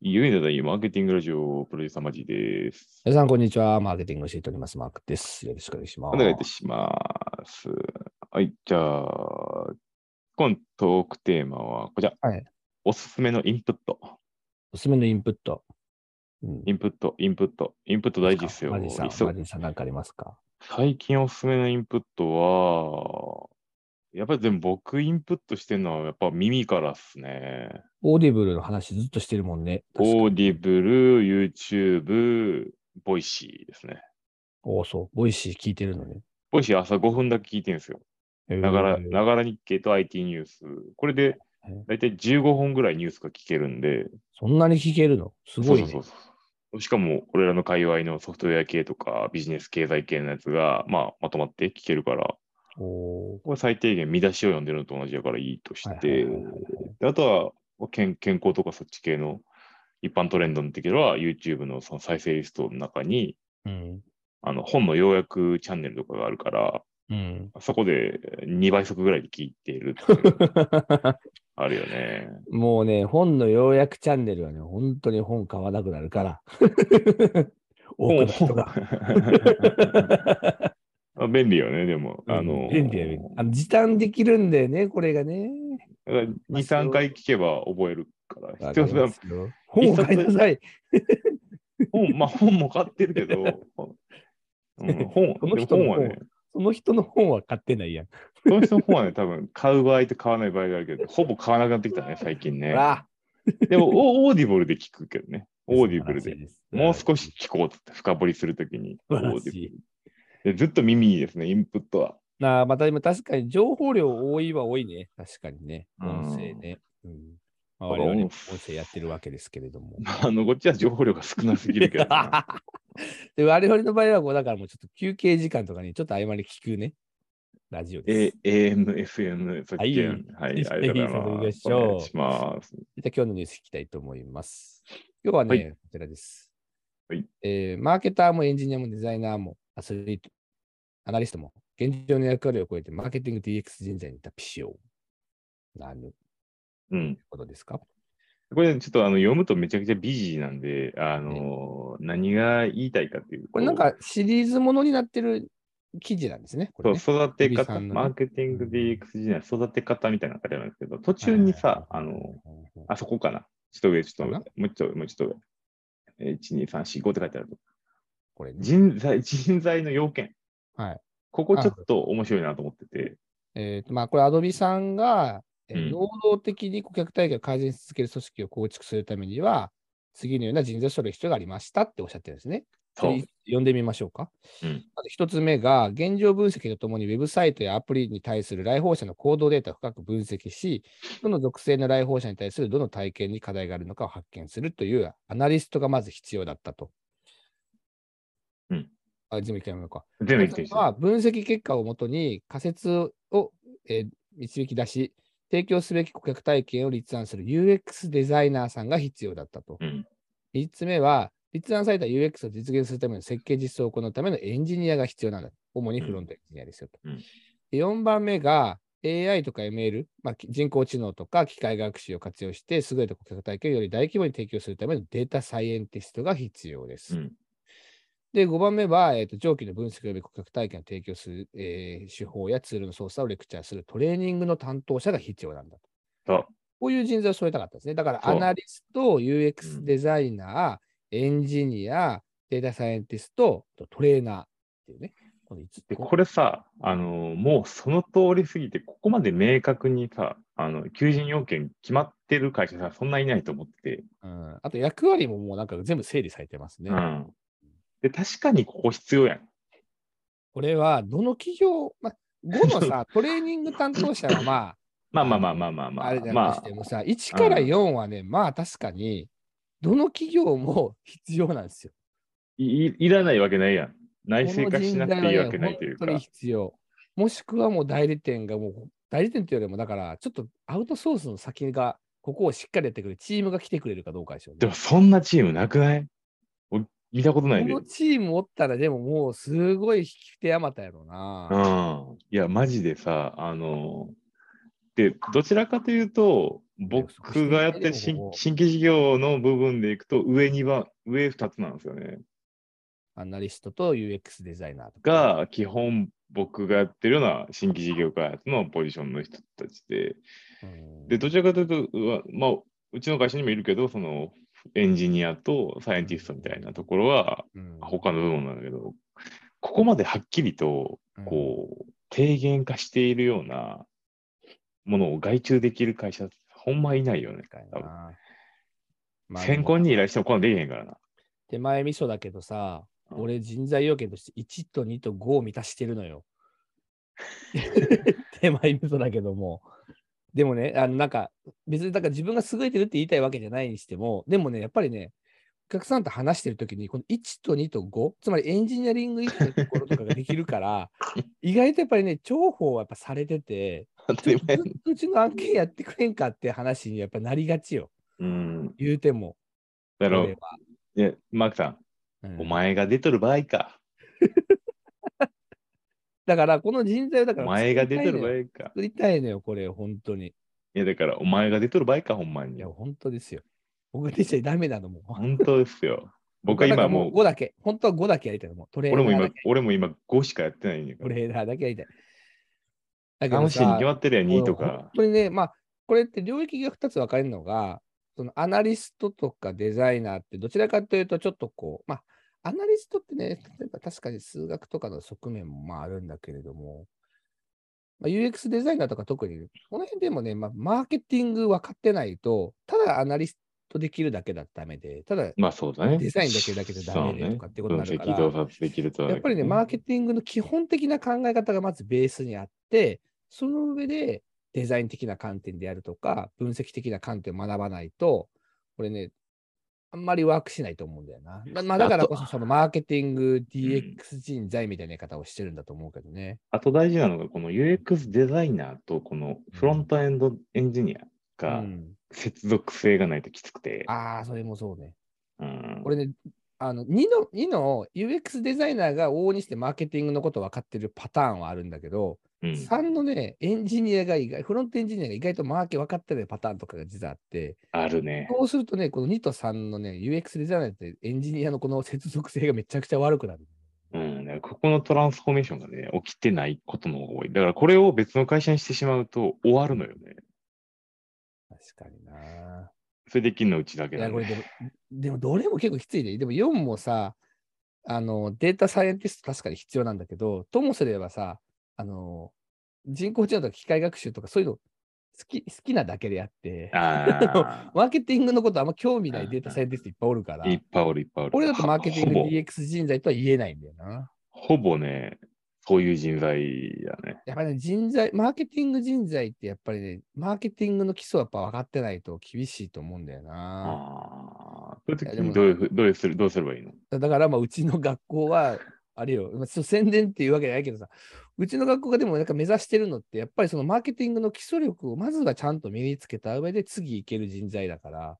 ゆうなだいマーケティングラジオプロデューサーマジです。皆さん、こんにちは。マーケティングを教えております。マークです。よろしくお願いします。お願いいたします。はい、じゃあ、今トークテーマはこちら。はいおすすめのインプット。おすすめのインプット。うんインプット、インプット。インプット大事ですよ。マジさん、急ぐマジさん何かありますか最近おすすめのインプットは、やっぱりでも僕インプットしてるのはやっぱ耳からっすね。オーディブルの話ずっとしてるもんね。確かオーディブル、YouTube、ボイシーですね。おお、そう。ボイシー聞いてるのね。ボイシー朝5分だけ聞いてるんですよ。へーながら、ながら日経と IT ニュース。これでへー、だいたい15本ぐらいニュースが聞けるんで、そんなに聞けるのすごいそね。うそうそうそう。しかも、俺らの界隈のソフトウェア系とか、ビジネス経済系のやつが、まあ、まとまって聞けるから、おーこれ最低限見出しを読んでるのと同じだからいいとしはいてはいはいはい、であとは健健康とかそっち系の一般トレンドの時は、YouTube のその再生リストの中に、うん。あの本の要約チャンネルとかがあるから、うん。そこで2倍速ぐらいで聞いてるっていうあるよね。 もうね、本の要約チャンネルはね、本当に本買わなくな るから。 多くの人が。あ便利よね、でも。あの、便利や便利あの時短できるんだよね、これがね。だから2、3回聞けば覚えるから。必要わかりますよ本を買いなさい。本、まあ本も買ってるけど、 うん、本、この人でもの本はね、その人の本は買ってないやん。その人の本はね、多分買う場合と買わない場合があるけど、ほぼ買わなくなってきたね、最近ね。あでも、オオーディブルで聞くけど ね。オーディブルで。。もう少しし聞こうって深掘りするときに。素オ晴らーしディい。ブルでずっと耳にですね、インプットは。なあ、また今確かに情報量多いは多いね。確かにね。うん音声ね。うん。まあ、だ我から々音も音声やってるわけですけれ ども。あの、こっちは情報量が少なすぎるけど な。で我々の場合はこう、だからもうちょっと休憩時間とかにちょっと合間に聞くね。ラジオです。 A、AM、FM、さっきのはい、ありがとうございます。ぜひぜひお願いします。じゃあ今日のニュース聞きたいと思います。今日はね、はいこちらです、はいえーマーケターもエンジニアもデザイナーもアスリート、アナリストも現状の役割を超えてマーケティング DX 人材に脱皮しよう。なるうん。ほどですかこれ、ちょっとあの読むとめちゃくちゃビジーなんで、あの、何が言いたいかっていうと。これなんかシリーズものになってる記事なんですね。こそれう、ね育て指方、さんのねマーケティング DX 時代、育て方みたいなのが書いてあるんですけど、途中にさ、あの、、あそこかな。ちょっと上、ちょっかと上、もうちょっと上、もうちょっと上。1、2、3、4、5って書いてあると。これね、人材、人材の要件。はい。ここちょっと面白いなと思ってて。えーとまあ、これ、アドビさんが、えーうん能動的に顧客体験を改善し続ける組織を構築するためには、次のような人材を処理必要がありましたっておっしゃってるんですね。そそうれ。読んでみましょうか。うんまず一つ目が、現状分析とともにウェブサイトやアプリに対する来訪者の行動データを深く分析し、どの属性の来訪者に対するどの体験に課題があるのかを発見するというアナリストがまず必要だったと。うん。あ、全部一回やめようか。全部言二ってつき目は分析結果をもとに仮説を、えー導き出し、提供すべき顧客体験を立案する UX デザイナーさんが必要だったと。うん3つ目は、立案された UX を実現するための設計実装を行うためのエンジニアが必要なんだ。主にフロントエンジニアですよと。うんうんで4番目が、AI とか ML、まあ、き人工知能とか機械学習を活用して、優れた顧客体験をより大規模に提供するためのデータサイエンティストが必要です。うん。で、5番目は、えーと長期の分析及び顧客体験を提供する、えー手法やツールの操作をレクチャーするトレーニングの担当者が必要なんだと。そう。こういう人材を添えたかったですね。だから、そうアナリスト、う UX んデザイナー、エンジニア、データサイエンティスト、トレーナーっていうね。この5つで、これさ、あの、もうその通りすぎて、ここまで明確にさ、あの、求人要件決まってる会社さ、そんないないと思ってて、うん、あと、役割ももうなんか全部整理されてますね。うん。で、確かにここ必要やん。これは、どの企業、まあ、5のさ、トレーニング担当者はまあ、まあまあまあまあまあまあ、あれだまとあして、もさ、1からうん4はね、まあ確かに、どの企業も必要なんですよ。いいいらないわけないやん。内こ製の化し人な材くはていいねわけないというか。本当に必要。もしくはもう代理店がもう、代理店というよりも、だから、ちょっとアウトソースの先が、ここをしっかりやってくれるチームが来てくれるかどうかでしょうね。でも、そんなチームなくない俺見たことないこで。うのん。チームおったら、でももう、すごい引き手あまたやろうな。いや、マジでさ、あの、で、どちらかというと、僕がやってる新新規事業の部分でいくと、上2番、上2つなんですよね。アナリストと UX デザイナーとか。が、基本僕がやってるような新規事業開発のポジションの人たちで、うんで、どちらかというと、うわまあ、うちの会社にもいるけど、その、エンジニアとサイエンティストみたいなところは、うん他の部分なんだけど、ここまではっきりと、こう、低減化しているようなものを外注できる会社、ほんまいないよねみ。たい多分な。先行に依頼してもこんなんできへんからな。手前味噌だけどさ、うん俺人材要件として1と2と5を満たしてるの よ。手前味噌だけども。でもね、あのなんか別にだから自分が優れてるって言いたいわけじゃないにしても、でもね、やっぱりね、お客さんと話してるときに、この1と2と5、つまりエンジニアリング以外のところとかができる から、意外とやっぱりね、重宝はやっぱされてて、当たりずっ前とうちの案件やってくれんかって話にやっぱなりがちよ、うん。言うても。だろ俺う。はいや、マークさん、うんお前が出とる場合か。だから、この人材をだかおら前が出とる作場合か。りたいのよ、これ、本当に。いや、だから、お前が出とる場合か、ほんまいにや、。本当ですよ。僕出ちゃダメなのもう。本当です よ。僕はだ今からもう、 5だけ、本当は5だけやりたいのもう。トレー俺ナもー今だけ、、俺も今5しかやってないんだかトら。レーナーだけやりたい。だけガどムシーにさ決、まってるやん、2と本か。当にね、まあ、これって領域が2つ分かれるのが、そのアナリストとかデザイナーって、どちらかというと、ちょっとこう、まあ、アナリストってね、例えば確かに数学とかの側面もまああるんだけれども、まあ、UX デザイナーとか特に、この辺でもね、まあ、マーケティング分かってないと、ただアナリストできるだけだとダメで、ただまあそうだね。デザインだけだけじゃダメでとかってことになるからそうね分析洞察できるとはやっぱりね、マーケティングの基本的な考え方がまずベースにあって、その上でデザイン的な観点であるとか、分析的な観点を学ばないと、これね、あんまりワークしないと思うんだよな。ままあ、だからこそ、そのマーケティング DX 人材みたいな言い方をしてるんだと思うけどね。あと大事なのが、この UX デザイナーとこのフロントエンドエンジニアうがん、接続性がないときつくて。ああ、それもそうね。うん、俺ね、あの2の、2の UX デザイナーが往々にしてマーケティングのこと分かってるパターンはあるんだけど、うん3のね、エンジニアが意外、フロントエンジニアが意外とマーケ分かってないパターンとかが実はあって、あるね。そうするとね、この2と3のね、UX デザイナーってエンジニアのこの接続性がめちゃくちゃ悪くなる。うん、だからここのトランスフォーメーションがね、起きてないことの方が多い。だからこれを別の会社にしてしまうと終わるのよね。確かにな。それできんのうちだけいだ、や、これね。でも、でもどれも結構きついで、でも4もさ、あの、データサイエンティスト確かに必要なんだけど、ともすればさ、あの、人工知能とか機械学習とかそういうの好き好きなだけであって、あマーケティングのことあんま興味ないデータうんサイエンティストいっぱいおるからあ、、 いっぱいおるいっぱいおる。俺だとマーケティングほぼ DX 人材とは言えないんだよな。ほぼね、そういう人材やね。やっぱりね、人材、マーケティング人材ってやっぱりね、マーケティングの基礎はやっぱ分かってないと厳しいと思うんだよな。ああ。そういう時いやでもにどういうふうどういうする、どうすればいいのだからまあうちの学校は、あれよ、まあそう宣伝っていうわけじゃないけどさ、うちの学校がでもなんか目指してるのって、やっぱりそのマーケティングの基礎力をまずはちゃんと身につけた上で次いける人材だから、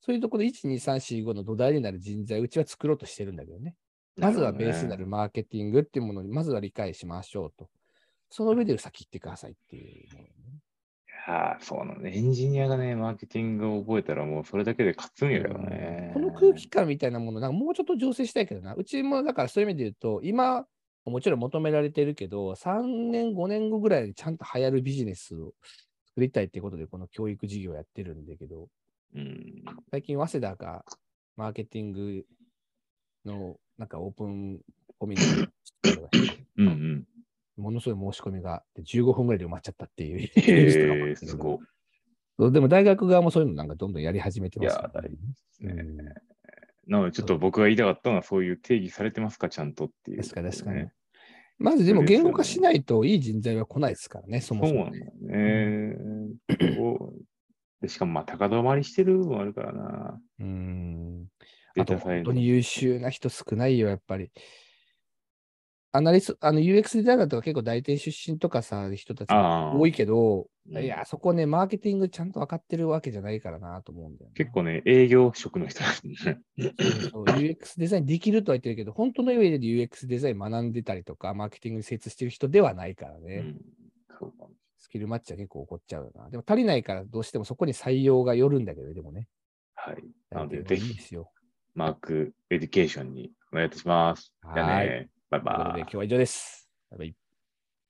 そういうところで1、2、3、4、5の土台になる人材、うちは作ろうとしてるんだけどね。まずはベースになるマーケティングっていうものに、まずは理解しましょうと。その上で先行ってくださいっていうのをね、ああ、そうなの、ね。エンジニアがね、マーケティングを覚えたらもうそれだけで勝つんやよね。この空気感みたいなもの、なんかもうちょっと醸成したいけどな。うちもだからそういう意味で言うと、今、もちろん求められてるけど、3年、5年後ぐらいにちゃんと流行るビジネスを作りたいっていうことで、この教育事業やってるんだけど、うん。最近、早稲田がマーケティングのなんかオープンコミュニティを作ったのがうんうん。ものすごい申し込みがあって、15分ぐらいで埋まっちゃったっていうニュースとかもあへっえ、たけどすごい。そうでも大学側もそういうのなんかどんどんやり始めていますやよ、大事ね。ですね。うんなので、ちょっと僕が言いたかったのは、そういう定義されてますか、ちゃんとっていう、確かに確かに。。まずでも言語化しないといい人材は来ないですからね、そそうもそなもんだね、よね。こうでしかも、まあ、高止まりしてる部分もあるからな。うん。デーあとタサイエ本ン当に優秀な人少ないよ、やっぱり。アナリスト、あの UX デザイナーとか結構大体出身とかさ、人たちがああ多いけど、うんいや、そこね、マーケティングちゃんと分かってるわけじゃないからなと思うんだよね、結構ね、営業職の人なんでね。そう UX デザインできるとは言ってるけど、本当の意味で UX デザイン学んでたりとか、マーケティングに精通してる人ではないからね。うんそうかもスキルマッチは結構起こっちゃうよな。でも足りないからどうしてもそこに採用がよるんだけどね、でもね。はい。なのでやってる方がいいですよ。マークエデュケーションにお願いいたします。じゃあはね。バイというこバとでイ今。日は以上です。バイバイ